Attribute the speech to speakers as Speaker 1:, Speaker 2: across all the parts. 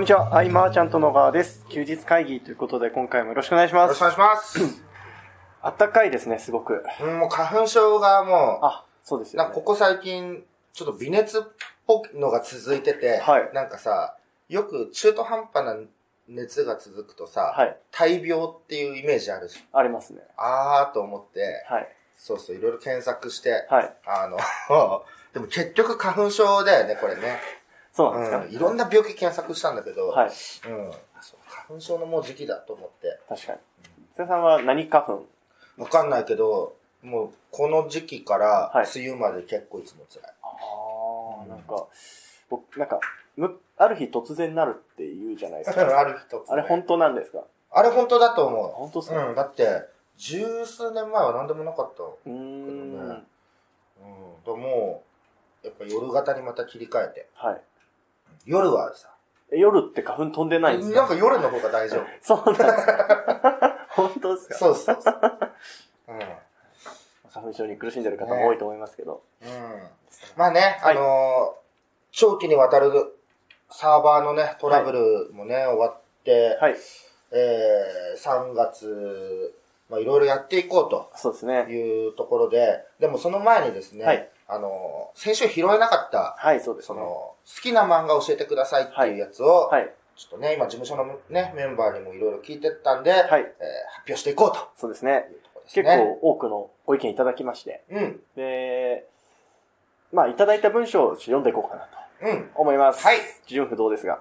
Speaker 1: にちは、アイマーちゃんと野川です。休日会議ということで、今回もよろしくお願いし
Speaker 2: よ
Speaker 1: ま
Speaker 2: ろしく
Speaker 1: す
Speaker 2: お。願いします。
Speaker 1: あったかいですね、すごく。
Speaker 2: うん、もう花粉症がも
Speaker 1: あ、そうです
Speaker 2: う、な
Speaker 1: よ、
Speaker 2: ん
Speaker 1: ね
Speaker 2: かこ。こ最近、ちょっと微熱っぽいのが続いてて、
Speaker 1: はい
Speaker 2: なんかさ、よく中途半端な熱が続くとさ、
Speaker 1: はい、
Speaker 2: 大病っていうイメージあるし、
Speaker 1: ありますね。
Speaker 2: あーと思って、
Speaker 1: はい、
Speaker 2: そうそう、いろいろ検索して、
Speaker 1: はい。
Speaker 2: あの、 でも結局花粉症だよね、これね。
Speaker 1: そうなんですか、
Speaker 2: うん、いろんな病気検索したんだけど、
Speaker 1: はい、
Speaker 2: うん、そう花粉症のもう時期だと思って、
Speaker 1: 確かに。瀬田さんは何花粉
Speaker 2: わかんないけど、もうこの時期から
Speaker 1: はい
Speaker 2: 梅雨まで結構いつも辛い。
Speaker 1: あ
Speaker 2: う
Speaker 1: あ、
Speaker 2: ん
Speaker 1: なんか、僕、なんか、むある日突然なるって言うじゃないですか。
Speaker 2: ある一つ、ね。
Speaker 1: あれ本当なんですか
Speaker 2: あれ本当だと思
Speaker 1: 本当っす
Speaker 2: う。
Speaker 1: か
Speaker 2: うん、だって、十数年前は何でもなかった。う
Speaker 1: うーん。
Speaker 2: けどねん。でもう、やっぱ夜型にまた切り替えて。
Speaker 1: はい。
Speaker 2: 夜はさ、
Speaker 1: え夜って花粉飛んでないんです
Speaker 2: なん
Speaker 1: か
Speaker 2: か夜の方が 大丈夫。
Speaker 1: そうなんですか本当ですか
Speaker 2: そうそうそう。うん。
Speaker 1: 花粉症に苦しんでる方も多いと思いますけど。
Speaker 2: うん。まあね、あのー長期にわたるサーバーのね、トラブルもね、終わって、
Speaker 1: はい。
Speaker 2: えー、3月、まあいろいろやっていこうと。
Speaker 1: そうですね。
Speaker 2: いうところで、でもその前にですね、
Speaker 1: はい
Speaker 2: あの、先週拾えなかった、
Speaker 1: はい、そうです
Speaker 2: そ
Speaker 1: ね。
Speaker 2: の、好きな漫画を教えてくださいっていうやつを、
Speaker 1: はい。
Speaker 2: ちょっとね、今事務所のね、メンバーにもいろいろ聞いてったんで、えー
Speaker 1: はい。
Speaker 2: 発表していこうと
Speaker 1: そうですね。
Speaker 2: いうところですね。
Speaker 1: 結構多くのご意見いただきまして。
Speaker 2: うん、
Speaker 1: で、まあ、いただいた文章を読んでいこうかなと
Speaker 2: うん、
Speaker 1: 思います。
Speaker 2: はい。
Speaker 1: 順不動ですが。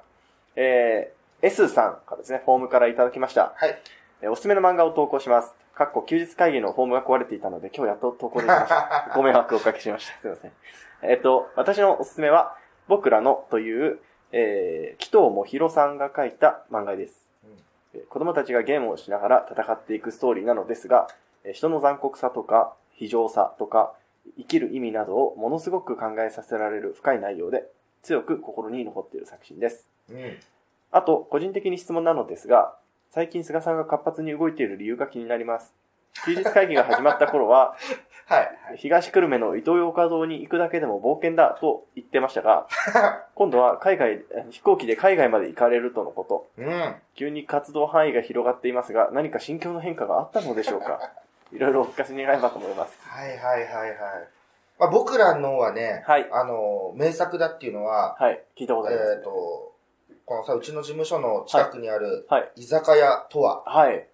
Speaker 1: えー、S さんからですね、フォームからいただきました。
Speaker 2: はい。
Speaker 1: えーおすすめの漫画を投稿します。かっこ休日会議のフォームが壊れていたので、今日やっと投稿できました。ご迷惑をおかけしました。すいません。えっと、私のおすすめは、僕らのという、えー、紀藤もひろさんが書いた漫画です。えー子供たちがゲームをしながら戦っていくストーリーなのですが、えー人の残酷さとか、非常さとか、生きる意味などをものすごく考えさせられる深い内容で、強く心に残っている作品です。
Speaker 2: うん、うん、
Speaker 1: あと、個人的に質問なのですが、最近菅さんが活発に動いている理由が気になります。休日会議が始まった頃は、
Speaker 2: はい。
Speaker 1: 東久留米の伊東洋華堂に行くだけでも冒険だと言ってました が、今度は海外、え飛行機で海外まで行かれるとのこと。
Speaker 2: うん、
Speaker 1: 急に活動範囲が広がっていますが、何か心境の変化があったのでしょうか いろいろお聞かせ願えばと思います。
Speaker 2: はいはいはいはい。まあ、僕らのはね、
Speaker 1: はい
Speaker 2: あの、名作だっていうのは、
Speaker 1: はい、聞いたことあります、
Speaker 2: えっ、と、このさ、うちの事務所の近くにある、
Speaker 1: はい。
Speaker 2: 居酒屋とは、
Speaker 1: はい。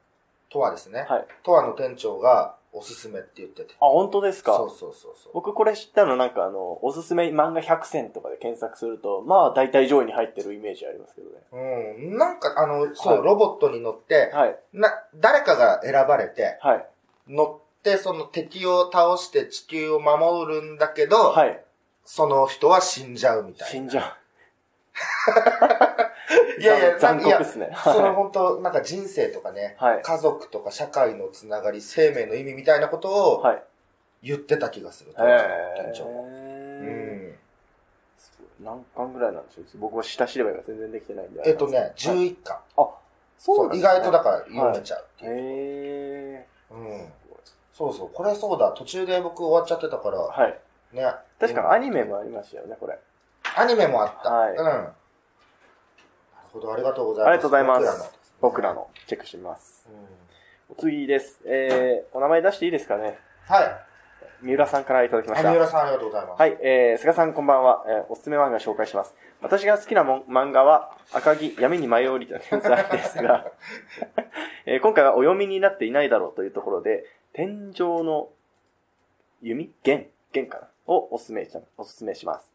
Speaker 2: とはですね、
Speaker 1: はい。
Speaker 2: とわの店長がおすすめって言ってて。
Speaker 1: あ、本当ですか
Speaker 2: そうそうそうそう。
Speaker 1: 僕これ知ったのなんかあの、おすすめ漫画100選とかで検索すると、まあ大体上位に入ってるイメージありますけどね。
Speaker 2: うん、なんかあの、そう、
Speaker 1: はい
Speaker 2: ロボットに乗って、
Speaker 1: はい。
Speaker 2: な、誰かが選ばれて、
Speaker 1: はい。
Speaker 2: 乗ってその敵を倒して地球を守るんだけど、
Speaker 1: はい。
Speaker 2: その人は死んじゃうみたい
Speaker 1: 死
Speaker 2: な。
Speaker 1: んじゃう。
Speaker 2: いやいや
Speaker 1: 残
Speaker 2: なん
Speaker 1: 酷
Speaker 2: か
Speaker 1: っすね。
Speaker 2: その
Speaker 1: は
Speaker 2: 本当なんか人生とかね、
Speaker 1: はい
Speaker 2: 家族とか社会のつながり、生命の意味みたいなこと
Speaker 1: い。
Speaker 2: を
Speaker 1: はい。
Speaker 2: 言ってた気がする。
Speaker 1: へ
Speaker 2: とわの店長がう
Speaker 1: ー。
Speaker 2: ん。
Speaker 1: すごい何巻ぐらいなんでしょう僕も下調べが全然できてないんで。
Speaker 2: えっとね、
Speaker 1: はい
Speaker 2: 11巻。
Speaker 1: あ、そ
Speaker 2: そうう、
Speaker 1: なん
Speaker 2: 意
Speaker 1: ですね
Speaker 2: 外とだから読めちゃうっていう。
Speaker 1: へ
Speaker 2: うん
Speaker 1: ー。。
Speaker 2: そうそう、これそうだ。途中で僕終わっちゃってたから、
Speaker 1: はい。
Speaker 2: ね。
Speaker 1: 確かアニメもありましたよね、これ。
Speaker 2: アニメもあった。
Speaker 1: はい
Speaker 2: うん。なるほど、ありがとうございます。
Speaker 1: ありがとうございます
Speaker 2: 僕らのですね
Speaker 1: 僕ら。のチェックしてみます。
Speaker 2: うん
Speaker 1: お次です。えー、お名前出していいですかね
Speaker 2: はい。
Speaker 1: 三浦さんからいただきまし
Speaker 2: 三
Speaker 1: た。
Speaker 2: 浦さんありがとうございます。
Speaker 1: はい、えー、菅さんこんばんは、えーおすすめ漫画紹介します。私が好きなもん漫画は、赤木、闇に舞い降りた天才ですが、 えー今回はお読みになっていないだろうというところで、天井の弓弦弦かなをおすすめしおすすめします。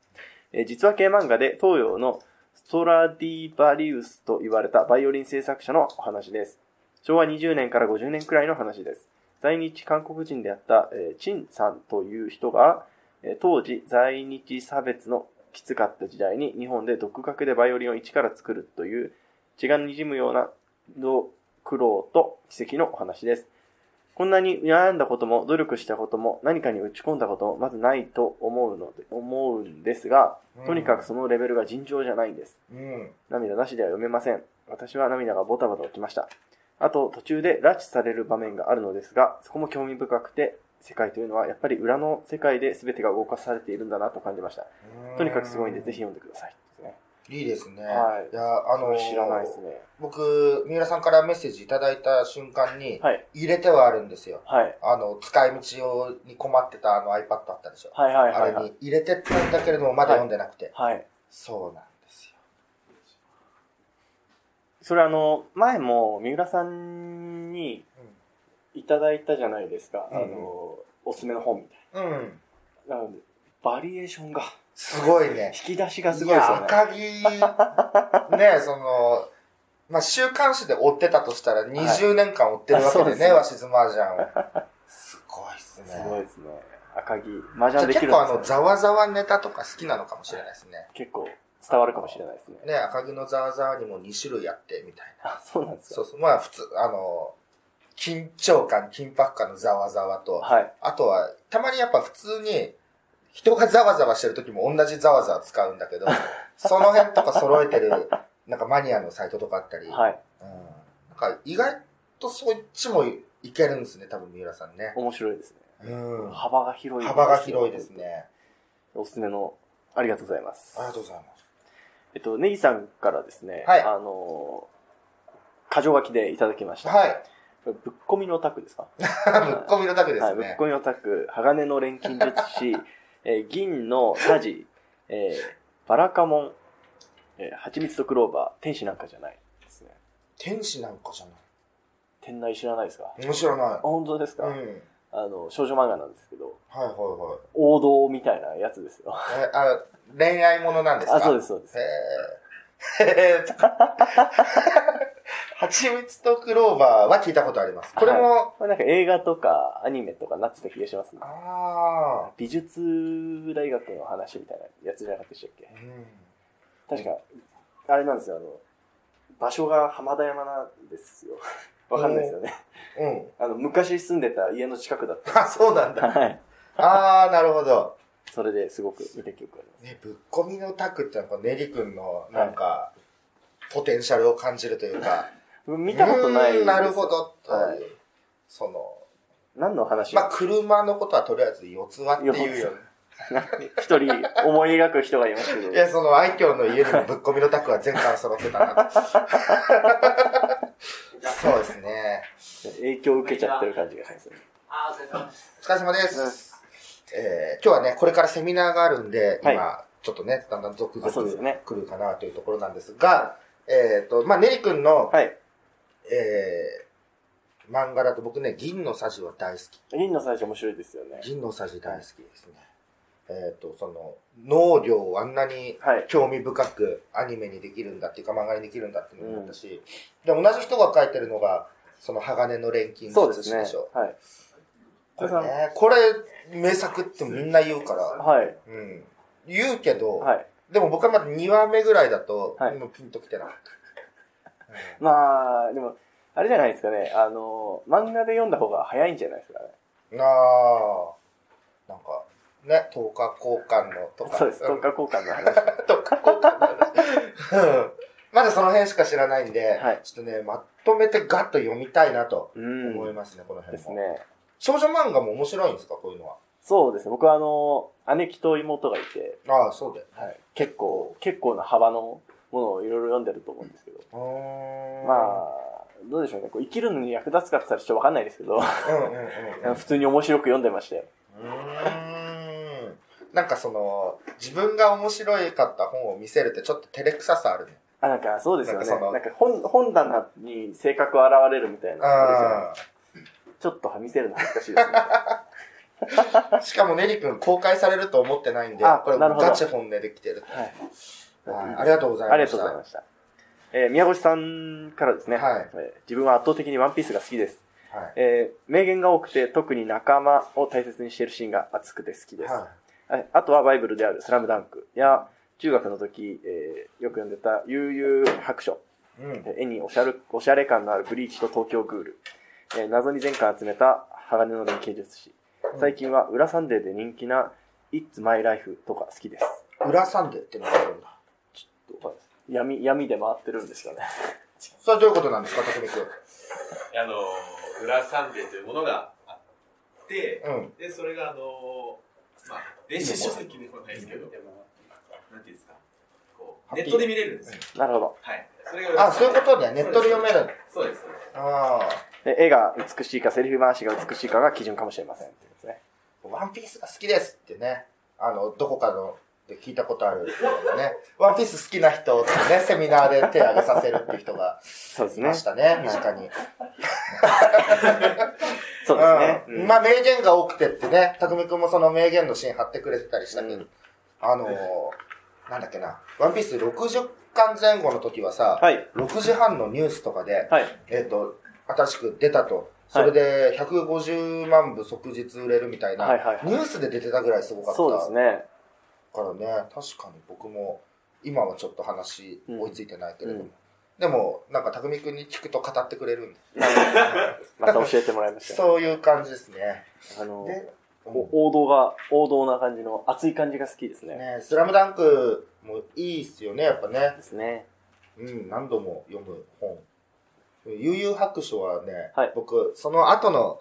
Speaker 1: えー実話系漫画で東洋のストラディバリウスと言われたバイオリン制作者のお話です。昭和20年から50年くらいの話です。在日韓国人であった、えーチンさんという人が、えー当時在日差別のきつかった時代に日本で独学でバイオリンを一から作るという血が滲むような苦労と奇跡のお話です。こんなに悩んだことも努力したことも何かに打ち込んだこともまずないと思うので思うんですが、
Speaker 2: うん
Speaker 1: とにかくそのレベルが尋常じゃないんです。
Speaker 2: うん。
Speaker 1: 涙なしでは読めません。私は涙がボタボタ起きました。あと、途中で拉致される場面があるのですが、そこも興味深くて、世界というのはやっぱり裏の世界で全てが動かされているんだなと感じました。とにかくすごいんで、ぜひ読んでください。ですね
Speaker 2: いいですね。
Speaker 1: はい
Speaker 2: いや、あ
Speaker 1: そ
Speaker 2: の
Speaker 1: れ知らないですね。
Speaker 2: 僕、三浦さんからメッセージいただいた瞬間に、
Speaker 1: はい。
Speaker 2: 入れてはあるんですよ。
Speaker 1: はい。
Speaker 2: あの、使い道用に困ってたあの iPad あったでしょ。
Speaker 1: はいはい
Speaker 2: あ
Speaker 1: は
Speaker 2: れ
Speaker 1: いはい。
Speaker 2: に入れてったんだけれども、まだ読んでなくて。
Speaker 1: はい。
Speaker 2: そうなんですよ。
Speaker 1: それあの、前も三浦さんにいただいたじゃないですか。
Speaker 2: うん
Speaker 1: あの、おすすめの本みたい
Speaker 2: うん。うん。
Speaker 1: な。なので、バリエーションが、
Speaker 2: すごいね。
Speaker 1: 引き出しがすごいですよね。
Speaker 2: や、赤木、ね、その、まあ、週刊誌で追ってたとしたら20年間追ってるわけ
Speaker 1: あそう
Speaker 2: で
Speaker 1: です
Speaker 2: ね、
Speaker 1: ね
Speaker 2: 和室麻雀を。すごいっすね。
Speaker 1: すごいですね。赤木、麻
Speaker 2: じゃあ
Speaker 1: 雀でき
Speaker 2: 結
Speaker 1: る
Speaker 2: 構あ
Speaker 1: ん
Speaker 2: の、
Speaker 1: ですよ
Speaker 2: ざわざわネタとか好きなのかもしれないですね。
Speaker 1: 結構伝わるかもしれない ですね。
Speaker 2: ね、赤木のざわざわにも2種類あって、みたいな。
Speaker 1: あ、そうなんです
Speaker 2: そ
Speaker 1: か
Speaker 2: うそう。まあ、普通、あの、緊張感、緊迫感のざわざわと、
Speaker 1: はい。
Speaker 2: あとは、たまにやっぱ普通に、人がざわざわしてる時も同じざわざわ使うん だけど、その辺とか揃えてる、なんかマニアのサイトとかあったり、
Speaker 1: はい。
Speaker 2: うん、なんか意外とそっちもいけるんですね、多分三浦さんね。
Speaker 1: 面白いですね。
Speaker 2: うん。
Speaker 1: 幅が広い。
Speaker 2: 幅が広いです。ね。
Speaker 1: おすすめの、ありがとうございます。
Speaker 2: ありがとうございます。
Speaker 1: えっと、ネギさんからですね、
Speaker 2: はい
Speaker 1: あのー、箇条書きでいただきました。
Speaker 2: はい。
Speaker 1: これぶっこみのオタクですか
Speaker 2: ぶっこみのだけですね。
Speaker 1: はい、ぶっこみのオタク、鋼の錬金術 師、えー銀のサジ、えーバラカモン、えー蜂蜜とクローバー、天使なんかじゃないですね。
Speaker 2: 天使なんかじゃな
Speaker 1: 天内知らないですかあ、
Speaker 2: い。面白ない。
Speaker 1: 本当です
Speaker 2: う
Speaker 1: か、
Speaker 2: ん。はい
Speaker 1: あの、少女漫画なんですけど、
Speaker 2: は
Speaker 1: 王道みたいなやつですよ。
Speaker 2: いはい。え、あ、恋愛ものなんですか。
Speaker 1: あ、そうですす、そうです。
Speaker 2: へーへーとか。 蜂蜜とクローバーは聞いたことあります。これも、
Speaker 1: これなんか映画とかアニメとかなってた気がしますね。
Speaker 2: ああ、
Speaker 1: 美術大学の話みたいなやつじゃなかったでしたっけ
Speaker 2: うん。
Speaker 1: 確か、あれなんですよ、あの、場所が浜田山なんですよ。 わかんないですよね。
Speaker 2: うん。
Speaker 1: あの、昔住んでた家の近くだっ
Speaker 2: あ、そうなん
Speaker 1: た。
Speaker 2: だ。
Speaker 1: はい。
Speaker 2: ああ、なるほど。
Speaker 1: それですごく見た記憶があります。
Speaker 2: ね、ぶっこみのタクってのは、ネリ君の、なんか、ポテンシャルを感じるというか。
Speaker 1: 見たことないんですよ
Speaker 2: うーんなるほど、と
Speaker 1: はいい。
Speaker 2: う。その、
Speaker 1: 何の話
Speaker 2: まあ、車のことはとりあえず四つ輪っていうよね。
Speaker 1: 一人思い描く人がいましたけど
Speaker 2: い。や、その愛嬌の家にもぶっ込みのタクは全巻揃ってた な。そうですね。
Speaker 1: 影響を受けちゃってる感じがします。
Speaker 3: あー、お疲れ様です。
Speaker 2: お疲れ様です。えー今日はね、これからセミナーがあるんで、今、ちょっとね、だんだん続々
Speaker 1: あそうですね
Speaker 2: 来るかなというところなんですが、えっ、と、まあ、ねりくんの、
Speaker 1: はい。
Speaker 2: えー漫画だと僕ね、銀のサジは大好き。
Speaker 1: 銀の最初面白いですよね。
Speaker 2: 銀のサジ大好きですね。えっ、と、その、農業をあんなに
Speaker 1: はい。
Speaker 2: 興味深くアニメにできるんだっていうか漫画にできるんだっていうのもあったし、で同じ人が書いてるのがその鋼の錬金
Speaker 1: そうで
Speaker 2: 術
Speaker 1: す
Speaker 2: 師
Speaker 1: ね。
Speaker 2: でしょ
Speaker 1: はい。
Speaker 2: これねこれ名作ってみんな言うから、
Speaker 1: はい。
Speaker 2: うん、言うけど、
Speaker 1: はい。
Speaker 2: でも僕はまだ2話目ぐらいだと、
Speaker 1: はい
Speaker 2: もうピンときてなかっ
Speaker 1: まあ、でも、あれじゃないですかね。あの、漫画で読んだ方が早いんじゃないですかね。
Speaker 2: たなあなんかね10日交換のとか
Speaker 1: そうです。
Speaker 2: ん
Speaker 1: 等価交換の話。
Speaker 2: とか、 うんまだその辺しか知らないんで、
Speaker 1: はい
Speaker 2: ちょっとね、まとめてガッと読みたいなと
Speaker 1: うん。
Speaker 2: 思いますね、この辺
Speaker 1: で
Speaker 2: も。
Speaker 1: すね。
Speaker 2: 少女漫画も面白いんですか、こういうのは。
Speaker 1: そうですね。僕はあの、姉貴と妹がいて、
Speaker 2: ああ、そうだよ。
Speaker 1: はい、結構、結構な幅のものをいろいろ読んでると思うんですけど。ま
Speaker 2: まあ
Speaker 1: あ、どうでしょうね。こう生きるのに役立つかって言ったらちょっとわかんないですけど、、
Speaker 2: うんうんうんうん。
Speaker 1: 普通に面白く読んでまして。
Speaker 2: うーんなんかその、自分が面白いかった本を見せるってちょっと照れくささあるね。
Speaker 1: あ、なんかそうですよね。
Speaker 2: なん
Speaker 1: な
Speaker 2: かその
Speaker 1: んか本本棚に性格現れるみたいなのあるじゃない。
Speaker 2: あ
Speaker 1: ちょっとはみせるの恥ずかしいです ね。
Speaker 2: あ。しかもねりくん公開されると思ってないんで
Speaker 1: あ、
Speaker 2: これ
Speaker 1: なるほど
Speaker 2: ガチ本音できてる。
Speaker 1: はい。
Speaker 2: はいありがとうございました。
Speaker 1: ありがとうございました。えー宮越さんからですね、
Speaker 2: はい
Speaker 1: えー自分は圧倒的にワンピースが好きです。
Speaker 2: はい。
Speaker 1: えー名言が多くて、特に仲間を大切にしているシーンが熱くて好きです。
Speaker 2: は
Speaker 1: はいあとはバイブルであるスラムダンクや、中学の時、えーよく読んでた悠々白書、
Speaker 2: い。うん。
Speaker 1: えー絵におしゃれおしゃれ感のあるブリーチと東京グール、えー謎に全巻集めた鋼の錬金術師、最近は裏サンデーで人気な It's My Life とか好きです。
Speaker 2: 裏サンデーってのがあるんだ。
Speaker 1: どうかです闇、闇で回ってるんですかね。
Speaker 2: それはどういうことなんですか、特にくん。
Speaker 4: あの、裏サンデーというものがあって、
Speaker 2: うん。
Speaker 4: で、それがあの、まあ、電子書籍でもないですけど、なんていうんですか、こ
Speaker 2: ハ
Speaker 4: ネ
Speaker 2: ッピ
Speaker 4: ッ
Speaker 2: ー
Speaker 4: トで見れるんですよ。
Speaker 1: なるほど。
Speaker 4: はい。それ
Speaker 2: あ、そういうことね。ネットで読め
Speaker 4: る。
Speaker 2: る。
Speaker 4: そうです。そうです
Speaker 2: ああ。
Speaker 1: で絵が美しいか、セリフ回しが美しいかが基準かもしれませんってことですね。
Speaker 2: ワンピースが好きですってね、あの、どこかの、で聞いたことあるよね。ワンピース好きな人ってね、セミナーで手挙げさせるっていう人が
Speaker 1: そうです
Speaker 2: い
Speaker 1: ね
Speaker 2: まし。たね、身近に。
Speaker 1: そうですね。
Speaker 2: うん
Speaker 1: うん
Speaker 2: まあ、名言が多くてってね、匠くんもその名言のシーン貼ってくれてたりしたけ
Speaker 1: う
Speaker 2: ど
Speaker 1: ん、
Speaker 2: あのー、なんだっけな、ワンピース60巻前後の時はさ、
Speaker 1: はい。
Speaker 2: 6時半のニュースとかで、
Speaker 1: はい。
Speaker 2: えっと、新しく出たと。それで150万部即日売れるみたいな
Speaker 1: はいはいは、い
Speaker 2: ニュースで出てたぐらいすごかった。
Speaker 1: そうですね。
Speaker 2: からね、確かに僕も、今はちょっと話
Speaker 1: うん
Speaker 2: 追いついてないけれども。
Speaker 1: うん
Speaker 2: でも、なんか、匠くんに聞くと語ってくれるんで
Speaker 1: また教えてもらいまし
Speaker 2: す。
Speaker 1: たよ。
Speaker 2: そういう感じですね。
Speaker 1: あの、
Speaker 2: で、
Speaker 1: お王道が、王道な感じの熱い感じが好きですね。
Speaker 2: ね、スラムダンクもいいっすよね、やっぱね。
Speaker 1: ですね。
Speaker 2: うん、何度も読む本。悠々白書はね、
Speaker 1: はい
Speaker 2: 僕、その後の、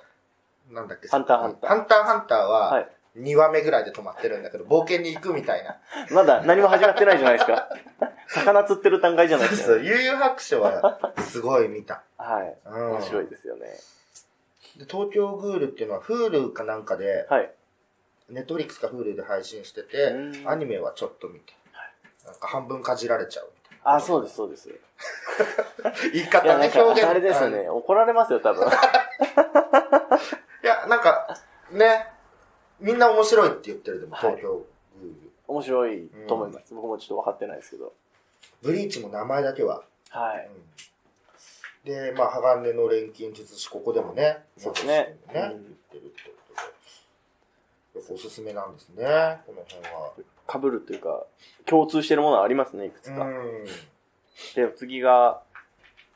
Speaker 2: なんだっけ、
Speaker 1: ハンターハンター
Speaker 2: ハンターハンター
Speaker 1: は、
Speaker 2: はい2話目ぐらいで止まってるんだけど、冒険に行くみた いな。
Speaker 1: まだ何も始まってないじゃないですか。魚釣ってる段階じゃないです
Speaker 2: そ
Speaker 1: か
Speaker 2: う、。悠々白書は、すごい見た。
Speaker 1: はい。
Speaker 2: うん
Speaker 1: 面白いですよね。
Speaker 2: で東京グールっていうのは Hulu かなんかで、
Speaker 1: はい。
Speaker 2: ネットフリックスか Hulu で配信してて
Speaker 1: う、ん
Speaker 2: アニメはちょっと見て、なんか半分かじられちゃうみ
Speaker 1: あ、そうです、そうです。い
Speaker 2: たいな。言い方
Speaker 1: や、なん
Speaker 2: ね、
Speaker 1: か、
Speaker 2: 表現。
Speaker 1: あれですよね。怒られますよ、多 分。
Speaker 2: うん。いや、なんか、ね、みんな面白いって言ってるでも、
Speaker 1: はい
Speaker 2: 東京グール。
Speaker 1: 面白いと思います。僕もちょっと分かってないですけど。
Speaker 2: ブリーチも名前だけは。
Speaker 1: は
Speaker 2: うん
Speaker 1: い。
Speaker 2: で、まあ、鋼の錬金術師、ここでもね、
Speaker 1: そうですね
Speaker 2: ね、言っ
Speaker 1: うん
Speaker 2: てるってことで。やっぱおすすめなんですね、この辺は。
Speaker 1: 被るというか、共通してるものはありますね、いくつか。
Speaker 2: うん。
Speaker 1: で、次が、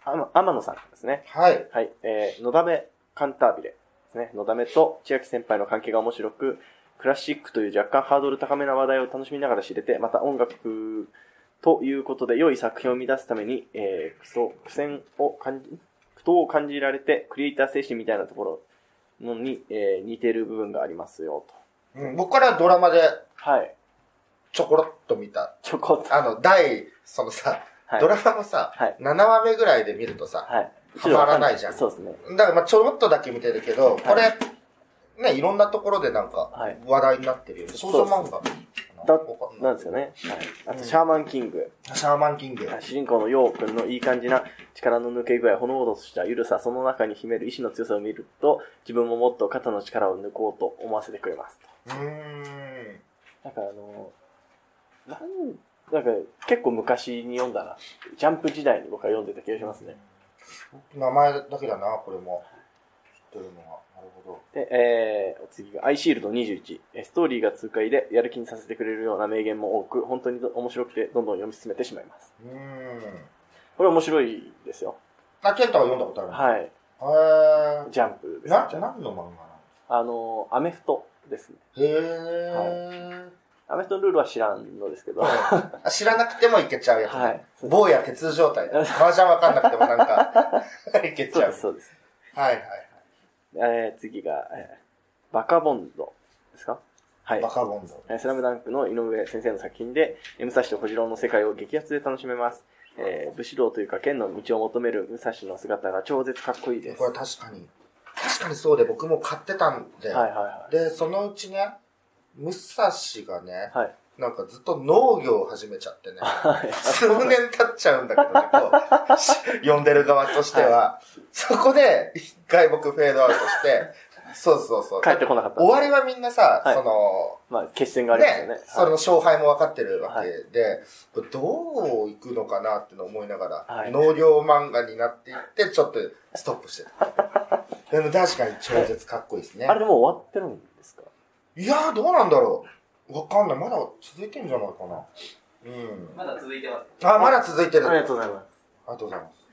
Speaker 1: あの天野さんですね。
Speaker 2: はい。
Speaker 1: はい。えー、のだめカンタービレですね。のだめと千秋先輩の関係が面白く、クラシックという若干ハードル高めな話題を楽しみながら知れて、また音楽ということで良い作品を生み出すために、えー、苦闘苦戦を感じ、苦闘を感じられて、クリエイター精神みたいなところのに、えー似てる部分がありますよ、と。
Speaker 2: うん、僕からドラマで
Speaker 1: はい。
Speaker 2: ちょころっと見た。
Speaker 1: ちょこっと。
Speaker 2: あの、第、そのさ、
Speaker 1: はい。
Speaker 2: ドラマのさ、
Speaker 1: はい
Speaker 2: 7話目ぐらいで見るとさ、
Speaker 1: はい。
Speaker 2: はまらないじゃん
Speaker 1: そうですね。
Speaker 2: だからまあちょろっとだけ見てるけど、こ
Speaker 1: は
Speaker 2: れ、ね、いろんなところでなんか
Speaker 1: はい、
Speaker 2: 話題になってるよね。少女漫画。
Speaker 1: だ
Speaker 2: 他
Speaker 1: なんですよね。はい。あと、シャーマンキング。
Speaker 2: シャーマンキング。
Speaker 1: 主人公のヨウ君のいい感じな力の抜け具合、ほのぼのとした緩さ、その中に秘める意志の強さを見ると、自分ももっと肩の力を抜こうと思わせてくれますと。
Speaker 2: うーん。
Speaker 1: なんかあの、なん、なんか結構昔に読んだな。ジャンプ時代に僕は読んでた気がしますね。
Speaker 2: 名前だけだな、これも。知ってるのは。なるほ
Speaker 1: で、えー、お次が、アイシールド21。えーストーリーが痛快で、やる気にさせてくれるような名言も多く、本当にど面白くて、どんどん読み進めてしまいます。
Speaker 2: ど。うーん。
Speaker 1: これ面白いですよ。
Speaker 2: あ、ケンタは読んだことある
Speaker 1: はい。
Speaker 2: のへ
Speaker 1: ジャンプ
Speaker 2: え。
Speaker 1: です。
Speaker 2: な、何の漫画なの
Speaker 1: あの、アメフトですね。
Speaker 2: へえ。
Speaker 1: アメフトのルールは知らんのですけど。は
Speaker 2: あ知らなくてもいけちゃうやつ。
Speaker 1: い。そう
Speaker 2: 坊や鉄状態だ。麻雀わかんなくてもなんか、 いけちゃ
Speaker 1: で
Speaker 2: う
Speaker 1: す、。そうです。
Speaker 2: はいはい。
Speaker 1: えー、次が、えーバカボンドですかはい
Speaker 2: バ。カボンド。
Speaker 1: えースラムダンクの井上先生の作品で、えー武蔵と小次郎の世界を激アツで楽しめます。えー武士道というか剣の道を求める武蔵の姿が超絶かっこいいです。
Speaker 2: これ
Speaker 1: はい
Speaker 2: 確かに、確かにそうで僕も買ってたんで、
Speaker 1: はいは
Speaker 2: で、そのうちね、武蔵がね、
Speaker 1: い。はい。
Speaker 2: なんかずっと農業を始めちゃってね、
Speaker 1: はい
Speaker 2: 数年経っちゃうんだけどね、こう、し 読んでる側としては、そこで一回僕フェードアウトして、そうそうそう。
Speaker 1: 帰ってこなかった。
Speaker 2: 終わりはみんなさ、
Speaker 1: はい
Speaker 2: その、
Speaker 1: まあ、決戦がありますよね。
Speaker 2: その
Speaker 1: はい
Speaker 2: 勝敗も分かってるわけで、これどういくのかなっての思いながら、
Speaker 1: はい
Speaker 2: 農業漫画になっていって、ちょっとストップし てた。でも確かに超絶かっこいいですね
Speaker 1: あ。れでもう終わってるんですか
Speaker 2: いやー、どうなんだろう。わかんない。まだ続いてんじゃないかな。うん。
Speaker 4: まだ続いてます。
Speaker 2: あ、まだ続いてる。ありが
Speaker 1: とうございます。
Speaker 2: とうございます。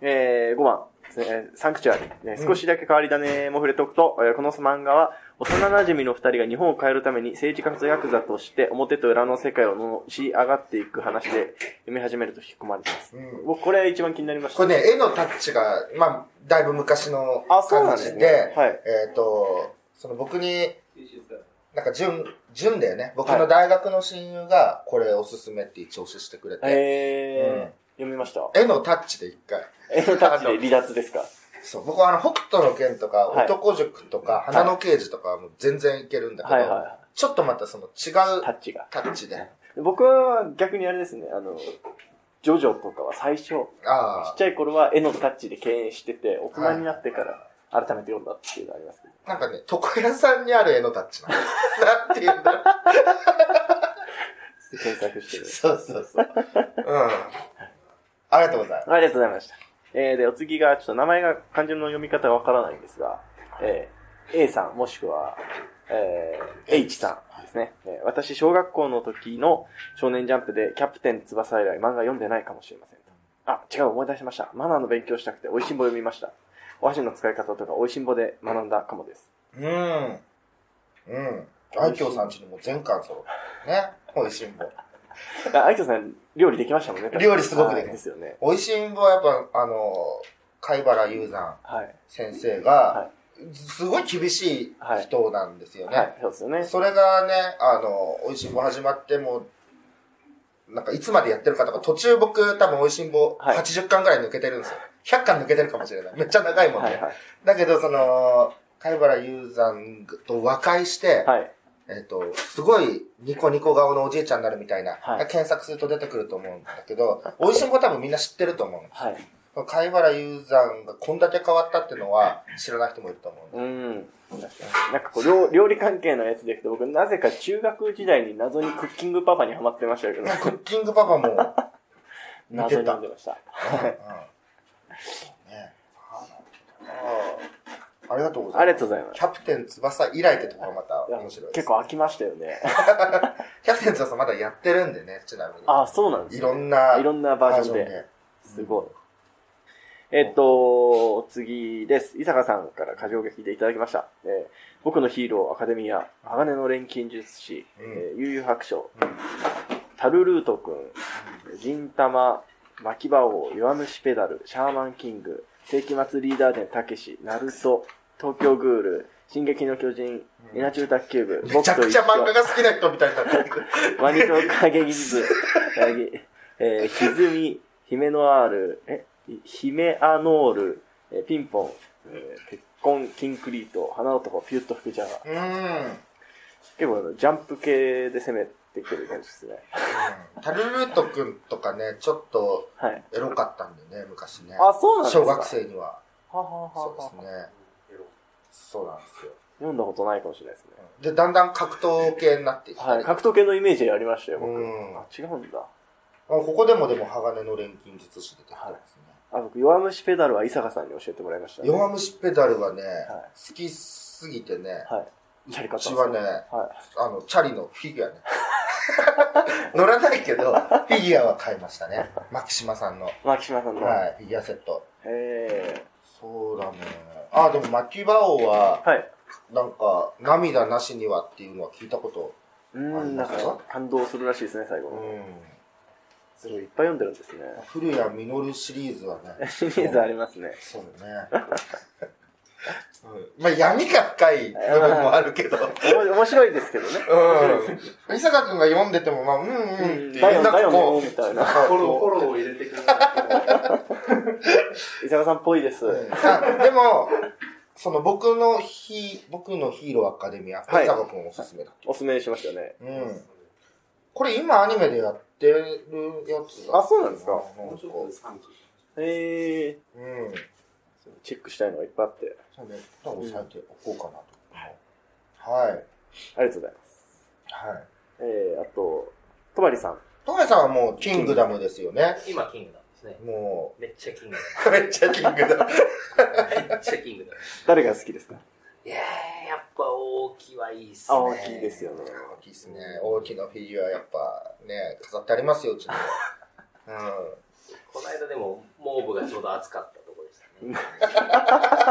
Speaker 1: えー、5番ですね、えーサンクチュアリ、ね
Speaker 2: うん
Speaker 1: 少しだけ変わり種も触れておくと、えーこの漫画は、幼馴染の二人が日本を変えるために政治家とヤクザとして表と裏の世界をのし上がっていく話で読み始めると引き込まれてます。
Speaker 2: うん。
Speaker 1: 僕、これ一番気になりました。
Speaker 2: これね、絵のタッチが、まあ、だいぶ昔の
Speaker 1: あそうなんで
Speaker 2: 感
Speaker 1: す
Speaker 2: じ
Speaker 1: ね
Speaker 2: で、
Speaker 1: はい
Speaker 2: えっ、と、その僕に、
Speaker 4: 九州ですから
Speaker 2: なんか、純純だよね。僕の大学の親友が、これおすすめって一押ししてくれて。う
Speaker 1: え
Speaker 2: ん
Speaker 1: ー、読みました。
Speaker 2: 絵のタッチで一回。
Speaker 1: えのタッチで離脱ですか
Speaker 2: そう。僕はあの、北斗の剣とか、
Speaker 1: はい
Speaker 2: 男塾とか、花の刑事とかはもう全然いけるんだけど、
Speaker 1: はいは
Speaker 2: ちょっとまたその違
Speaker 1: い。タ
Speaker 2: う
Speaker 1: ッチが。
Speaker 2: タッチで。あ
Speaker 1: 僕は逆にあれですね、あの、ジョジョとかは最初、ちっ
Speaker 2: あ
Speaker 1: ちゃい頃は絵のタッチで敬遠してて、大人になってから改めて読んだっていうのがありますけど。
Speaker 2: ー。なんかね、床屋さんにある絵のタッチなの。なんて言 うんだろう。
Speaker 1: 検索してる。
Speaker 2: そうそうそう。うん。ありがとうございます。
Speaker 1: ありがとうございました。えー、で、お次が、ちょっと名前が、漢字の読み方がわからないんですが、えー、A さん、もしくは、えー、H さんですね。えー私、小学校の時の少年ジャンプで、キャプテン翼以来漫画読んでないかもしれません。あ、違う、思い出しました。マナーの勉強したくて、美味しんぼ読みました。お箸の使い方とか、美味しんぼで学んだかもです。
Speaker 2: うん。うん。愛嬌さんちにも全巻揃ってるね。美味しんぼ。
Speaker 1: あ、愛嬌さん、料理できましたもんね。
Speaker 2: 料理すごくで
Speaker 1: は
Speaker 2: き
Speaker 1: い
Speaker 2: ま
Speaker 1: ですよね。
Speaker 2: 美味しんぼはやっぱ、あの、貝原雄山
Speaker 1: はい。
Speaker 2: 先生が、
Speaker 1: は
Speaker 2: すごい厳しい人なんですよね。
Speaker 1: はい、そうですよね。
Speaker 2: それがね、あの、美味しんぼ始まってもう、なんかいつまでやってるかとか、途中僕多分美味しんぼ
Speaker 1: はい
Speaker 2: 80巻ぐらい抜けてるんですよ。100巻抜けてるかもしれない。めっちゃ長いもん
Speaker 1: は
Speaker 2: ね。
Speaker 1: い、はい。
Speaker 2: だけどその、貝原雄山と和解して、
Speaker 1: はい。
Speaker 2: えっ、と、すごいニコニコ顔のおじいちゃんになるみたいな、
Speaker 1: はい
Speaker 2: 検索すると出てくると思うんだけど、美味しんぼ多分みんな知ってると思
Speaker 1: はい。
Speaker 2: う。貝原雄山がこんだけ変わったっていうのは知らない人もいると思う。
Speaker 1: うん。なんかこう料、料理関係のやつでいくと、僕、なぜか中学時代に謎にクッキングパパにハマってましたけど、
Speaker 2: クッキングパパも、見
Speaker 1: 謎
Speaker 2: て
Speaker 1: に読
Speaker 2: た。うんん
Speaker 1: でました。
Speaker 2: ねあありがとうござ
Speaker 1: あ
Speaker 2: います。
Speaker 1: りがとうございます
Speaker 2: キャプテン翼以来ってところがまた面白いで
Speaker 1: 結
Speaker 2: す。
Speaker 1: 構飽きましたよね。
Speaker 2: キャプテン翼まだやってるんでね、ちなみに。
Speaker 1: あ、そうなんです
Speaker 2: い
Speaker 1: ね
Speaker 2: ろんない
Speaker 1: ろんなバージョンで。すごい。えっと、次です。伊坂さんから過剰劇でいただきました。えー僕のヒーロー、アカデミア、鋼の錬金術師、
Speaker 2: うん
Speaker 1: えー悠々白書、
Speaker 2: うん
Speaker 1: タルルート君、銀玉、巻き場王、弱虫ペダル、シャーマンキング、世紀末リーダー伝たけし、ナルト、東京グール、進撃の巨人、
Speaker 2: うん
Speaker 1: 稲中卓球部、
Speaker 2: めちゃくちゃ
Speaker 1: 僕と
Speaker 2: 漫画が好きな人みたいになってる。
Speaker 1: ワニと影技 術、えー、ひずみ、ヒメノアール、え、ヒメアノール、えーピンポン、えー、鉄痕、キンクリート、花男、ピュッと吹くジャガー。
Speaker 2: うーん。
Speaker 1: 結構あの、ジャンプ系で攻めてくる感じですね。
Speaker 2: うんタルルートくんとかね、ちょっと
Speaker 1: はい。
Speaker 2: エロかったんでね、昔ね。
Speaker 1: あ、そうなんですか
Speaker 2: 小学。生には。
Speaker 1: はははは
Speaker 2: そうですね。そうなんですよ。
Speaker 1: 読んだことないかもしれないですね。
Speaker 2: で、だんだん格闘系になっていった
Speaker 1: はい。
Speaker 2: り。
Speaker 1: 格闘系のイメージありましたよ、
Speaker 2: う
Speaker 1: 僕。
Speaker 2: ん。
Speaker 1: あ、違うんだ。
Speaker 2: ここでもでも鋼の錬金術師出てきたんですね。
Speaker 1: あ、僕、弱虫ペダルは伊坂さんに教えてもらいました、
Speaker 2: 弱虫ペダルはね、
Speaker 1: は
Speaker 2: 好きすぎてね、
Speaker 1: はい。やり方
Speaker 2: う
Speaker 1: です
Speaker 2: ち
Speaker 1: ね
Speaker 2: はね、
Speaker 1: は。
Speaker 2: あの、チャリのフィギュアね。 乗らないけど、フィギュアは買いましたね。牧島さんの、はい
Speaker 1: 牧島さんの。
Speaker 2: い、フィギュアセット。
Speaker 1: え
Speaker 2: そうだね。あ、でも、牧場王は
Speaker 1: ー、、はい。
Speaker 2: なんか、涙なしにはっていうのは聞いたこと。
Speaker 1: う
Speaker 2: あり
Speaker 1: ん、な
Speaker 2: ま
Speaker 1: ん
Speaker 2: すよ
Speaker 1: か感動するらしいですね、最後
Speaker 2: う
Speaker 1: の。
Speaker 2: ん。
Speaker 1: すごいいっぱい読んでるんですね。、
Speaker 2: 古谷実シリーズはね
Speaker 1: シリーズありますね。
Speaker 2: そうだね。うんまあ、闇が深い部分もあるけど。
Speaker 1: おも面白いですけどね。
Speaker 2: うん。伊坂くんが読んでても、まあ、うんうんっていう。
Speaker 1: だよ
Speaker 2: な
Speaker 1: だ
Speaker 2: んか
Speaker 1: よね、
Speaker 2: こ
Speaker 1: み
Speaker 2: う、
Speaker 1: たいな。
Speaker 4: フォロー、フォローを入れてくださ
Speaker 1: 伊坂さんっぽいです。
Speaker 2: うんあでも、その僕のヒ僕のヒーローアカデミア、伊
Speaker 1: はい
Speaker 2: 坂くんおすすめだ。
Speaker 1: おすすめしましたね。
Speaker 2: う
Speaker 4: い。
Speaker 2: ん。これ今アニメでやってるやつだ。
Speaker 1: あそうなんですか
Speaker 2: な
Speaker 4: も
Speaker 2: ん
Speaker 4: う
Speaker 2: か
Speaker 4: ちょっとで3期。
Speaker 1: へえ。
Speaker 2: うん。
Speaker 1: チェックしたいのがいっぱいあって。
Speaker 2: そうね、押さえておこうかなと。はい。はい。
Speaker 1: ありがとうございます。えー、あと、とばりさん。
Speaker 2: トメさんはもう、キングダムですよね。
Speaker 3: 今、キングダムですね。
Speaker 2: も
Speaker 3: めっちゃキング
Speaker 2: う、めっちゃキングダム。
Speaker 3: ダム。めっちゃキングダム。
Speaker 1: 誰が好きですか
Speaker 3: いやー、やっぱ大きいはいいっすね。
Speaker 1: あ大きいですよね。
Speaker 2: 大きいですね。大きなフィギュア、やっぱ、ね、飾ってありますよ、うちにも。うん。
Speaker 3: この間でも、モーブがちょうど暑かったとこでしたね。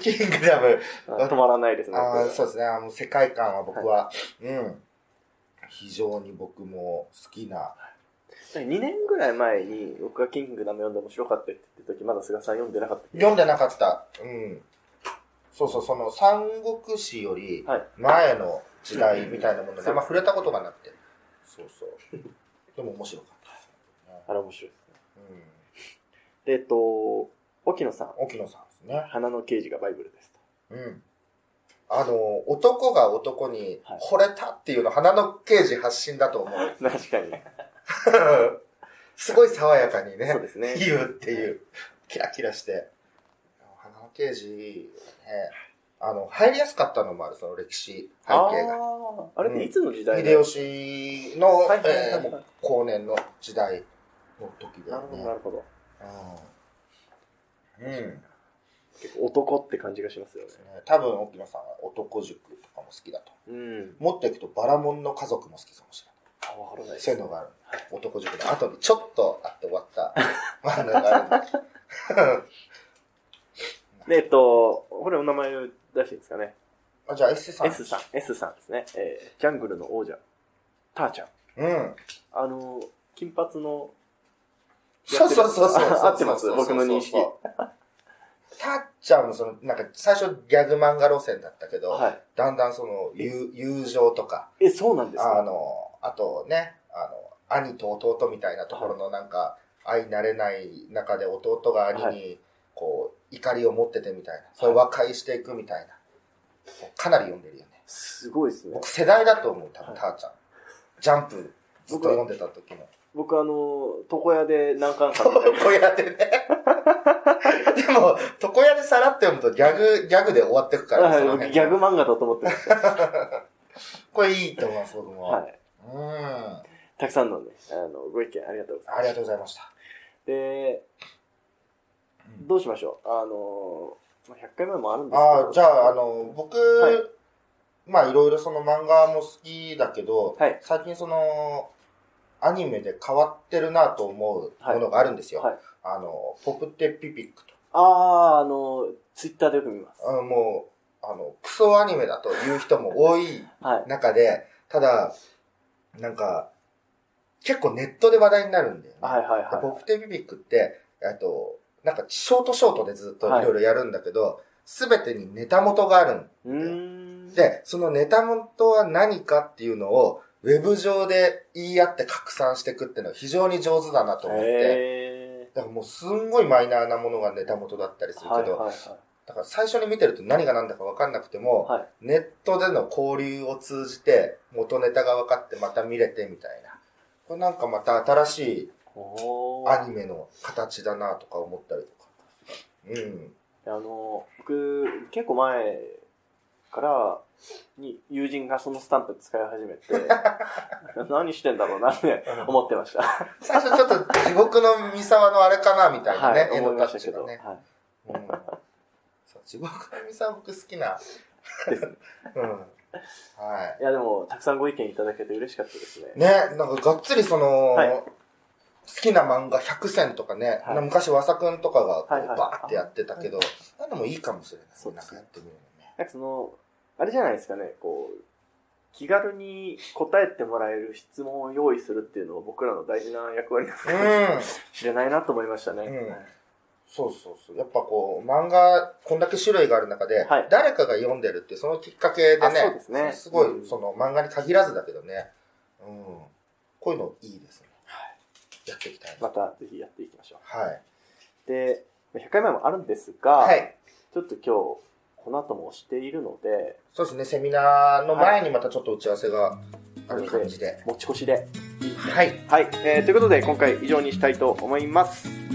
Speaker 2: キングダム。
Speaker 1: あ止まらないですね。
Speaker 2: ああ、そう
Speaker 1: う
Speaker 2: ですね。あの世界観は僕は、うん。非常に僕も好きな。
Speaker 1: 2年ぐらい前に僕がキングダム読んで面白かったって言った時、まだ菅さん読んでなかった。
Speaker 2: 読んでなかった。うん。そうそう、その三国志より
Speaker 1: はい
Speaker 2: 前の時代みたいなもの
Speaker 1: そ
Speaker 2: で、
Speaker 1: う
Speaker 2: あんま触れたことがなくて。そうそう。でも面白かったです
Speaker 1: あれ面白いですね。
Speaker 2: ね。
Speaker 1: で、えっと、沖野さん、
Speaker 2: うん。沖野さんですね。
Speaker 1: 花の刑事がバイブルですと。
Speaker 2: うん。あの、男が男に
Speaker 1: はい
Speaker 2: 惚れたっていうの、花の刑事発信だと 思う。
Speaker 1: 確かに。
Speaker 2: すごい爽やかにね
Speaker 1: そう、ですね。
Speaker 2: 言うっていう、キラキラして。花の刑事、ね、あの、入りやすかったのもある、その歴史背
Speaker 1: あ
Speaker 2: 景が。
Speaker 1: あ、あれっていつの時代
Speaker 2: 秀
Speaker 1: 吉。
Speaker 2: 吉の、
Speaker 1: はいはい
Speaker 2: え
Speaker 1: は
Speaker 2: ー
Speaker 1: い
Speaker 2: もう後年の時代の時だ
Speaker 1: な
Speaker 2: よ
Speaker 1: るほど、な
Speaker 2: ね。
Speaker 1: るほど。
Speaker 2: うん。うん。
Speaker 1: 結構男って感じがしますよね。
Speaker 2: 多分、沖野さんは男塾とかも好きだと。
Speaker 1: うん。
Speaker 2: 持っていくと、バラモンの家族も好きかもしれない。
Speaker 1: あ、わからないで
Speaker 2: そうい
Speaker 1: す
Speaker 2: う。のがある。男塾の後にちょっとあって終 わった漫画があるんだ。
Speaker 1: で、えっと、これお名前を出していいですかね。
Speaker 2: あじゃあ、S さん。
Speaker 1: S さん、S さんですね。えー、ジャングルの王者、ターちゃん。
Speaker 2: うん。
Speaker 1: あの、金髪の、
Speaker 2: そうそうそうそう。
Speaker 1: 合ってます僕の認識。
Speaker 2: たっちゃんもその、なんか最初ギャグ漫画路線だったけど、
Speaker 1: は
Speaker 2: だんだんその友友情とか、
Speaker 1: い。え、そうなんです
Speaker 2: あ
Speaker 1: か
Speaker 2: の、あとね、あの、兄と弟みたいなところのなんか、愛なれない中で弟が
Speaker 1: は
Speaker 2: 兄に、こう、怒りを持っててみたいな、それを和解していくみたいな、かなり読んでるよね。
Speaker 1: すごいですね
Speaker 2: 僕。世代だと思う、多
Speaker 1: は
Speaker 2: 分、
Speaker 1: い
Speaker 2: たーちゃん。ジャンプ、ずっと読んでた時の。
Speaker 1: 僕あの、床屋で難関さんみたいな。
Speaker 2: 床屋で ね。でも、床屋でさらって読むとギャグ、ギャグで終わってく から、
Speaker 1: はい
Speaker 2: その
Speaker 1: 僕
Speaker 2: 辺
Speaker 1: ギャグ漫画だと思ってました。
Speaker 2: これいいと思います、僕も。
Speaker 1: はい。
Speaker 2: うん。
Speaker 1: たくさんのね、あの、ご意見ありがとうございます。
Speaker 2: ありがとうございました。
Speaker 1: で、
Speaker 2: うん
Speaker 1: どうしましょう。あの、まあ100回前もあるんですけど。
Speaker 2: ああ、じゃあ、あの、僕、
Speaker 1: い
Speaker 2: まあ、いろいろその漫画も好きだけど、
Speaker 1: はい
Speaker 2: 最近その、アニメで変わってるなと思うものがあるんですよ。
Speaker 1: はいはい
Speaker 2: あの、ポプテピピックと。
Speaker 1: あー、あの、ツイッターでよく見ます。
Speaker 2: あもう、あの、クソアニメだという人も多い
Speaker 1: はい。
Speaker 2: 中で、ただ、なんか、結構ネットで話題になるんだよね。
Speaker 1: はいはい
Speaker 2: でポ
Speaker 1: は
Speaker 2: プテビビックって、えっと、なんかショートショートでずっといろいろやるんだけど、すべ、てにネタ元がある
Speaker 1: い。うーん。
Speaker 2: んで、そのネタ元は何かっていうのを、ウェブ上で言い合って拡散していくっていうのは非常に上手だなと思って、
Speaker 1: へ
Speaker 2: だからもうすんごいマイナーなものがネタ元だったりす
Speaker 1: ー。
Speaker 2: る
Speaker 1: はい
Speaker 2: け
Speaker 1: はい
Speaker 2: ど、
Speaker 1: はい。
Speaker 2: だから最初に見てると何が何だか分かんなくても、
Speaker 1: はい。
Speaker 2: ネットでの交流を通じて元ネタが分かってまた見れてみたいな。これなんかまた新しい
Speaker 1: おー
Speaker 2: アニメの形だなとか思ったりとか。うん。
Speaker 1: あの、僕、結構前から、に友人がそのスタンプ使い始めて、何してんだろうなって思ってました。
Speaker 2: 最初ちょっと地獄の三沢のあれかなみたいなね、
Speaker 1: はい、
Speaker 2: 絵
Speaker 1: 思い
Speaker 2: の
Speaker 1: ま
Speaker 2: タ
Speaker 1: した
Speaker 2: ッチ
Speaker 1: け
Speaker 2: が
Speaker 1: ど。
Speaker 2: ね。
Speaker 1: はい
Speaker 2: うんそう地獄の三沢僕好きな。
Speaker 1: ですね
Speaker 2: うん。はい
Speaker 1: や、でも、たくさんご意見いただけて嬉しかったですね。
Speaker 2: い。ね、なんかがっつりその、
Speaker 1: はい
Speaker 2: 好きな漫画100選とかね、
Speaker 1: はい
Speaker 2: 昔和佐くんとかがこう
Speaker 1: はいはい
Speaker 2: バーってやってたけど、なんでもいいかもしれない。
Speaker 1: そうで
Speaker 2: なん
Speaker 1: す
Speaker 2: か
Speaker 1: ね
Speaker 2: やってみるのね。
Speaker 1: なんかその、あれじゃないですかね、こう、気軽に答えてもらえる質問を用意するっていうのは僕らの大事な役割なのかも
Speaker 2: うん。
Speaker 1: しれないなと思いましたね。
Speaker 2: うんそうそうそう。やっぱこう、漫画、こんだけ種類がある中で、
Speaker 1: はい
Speaker 2: 誰かが読んでるって、そのきっかけで
Speaker 1: あ
Speaker 2: ね、
Speaker 1: そうですね
Speaker 2: ごい、
Speaker 1: うん
Speaker 2: その漫画に限らずだけどね、うん。こういうのいいですね。やっていきたい
Speaker 1: ま
Speaker 2: な。
Speaker 1: たぜひやっていきましょ
Speaker 2: はい。
Speaker 1: う。で、100回前もあるんですが、
Speaker 2: はい。
Speaker 1: ちょっと今日、この後も押しているので、
Speaker 2: そうですね、セミナーの前にまたちょっと打ち合わせがある感じで。
Speaker 1: 持ち越しで。
Speaker 2: はい。
Speaker 1: はい、えーということで今回以上にしたいと思います。ありが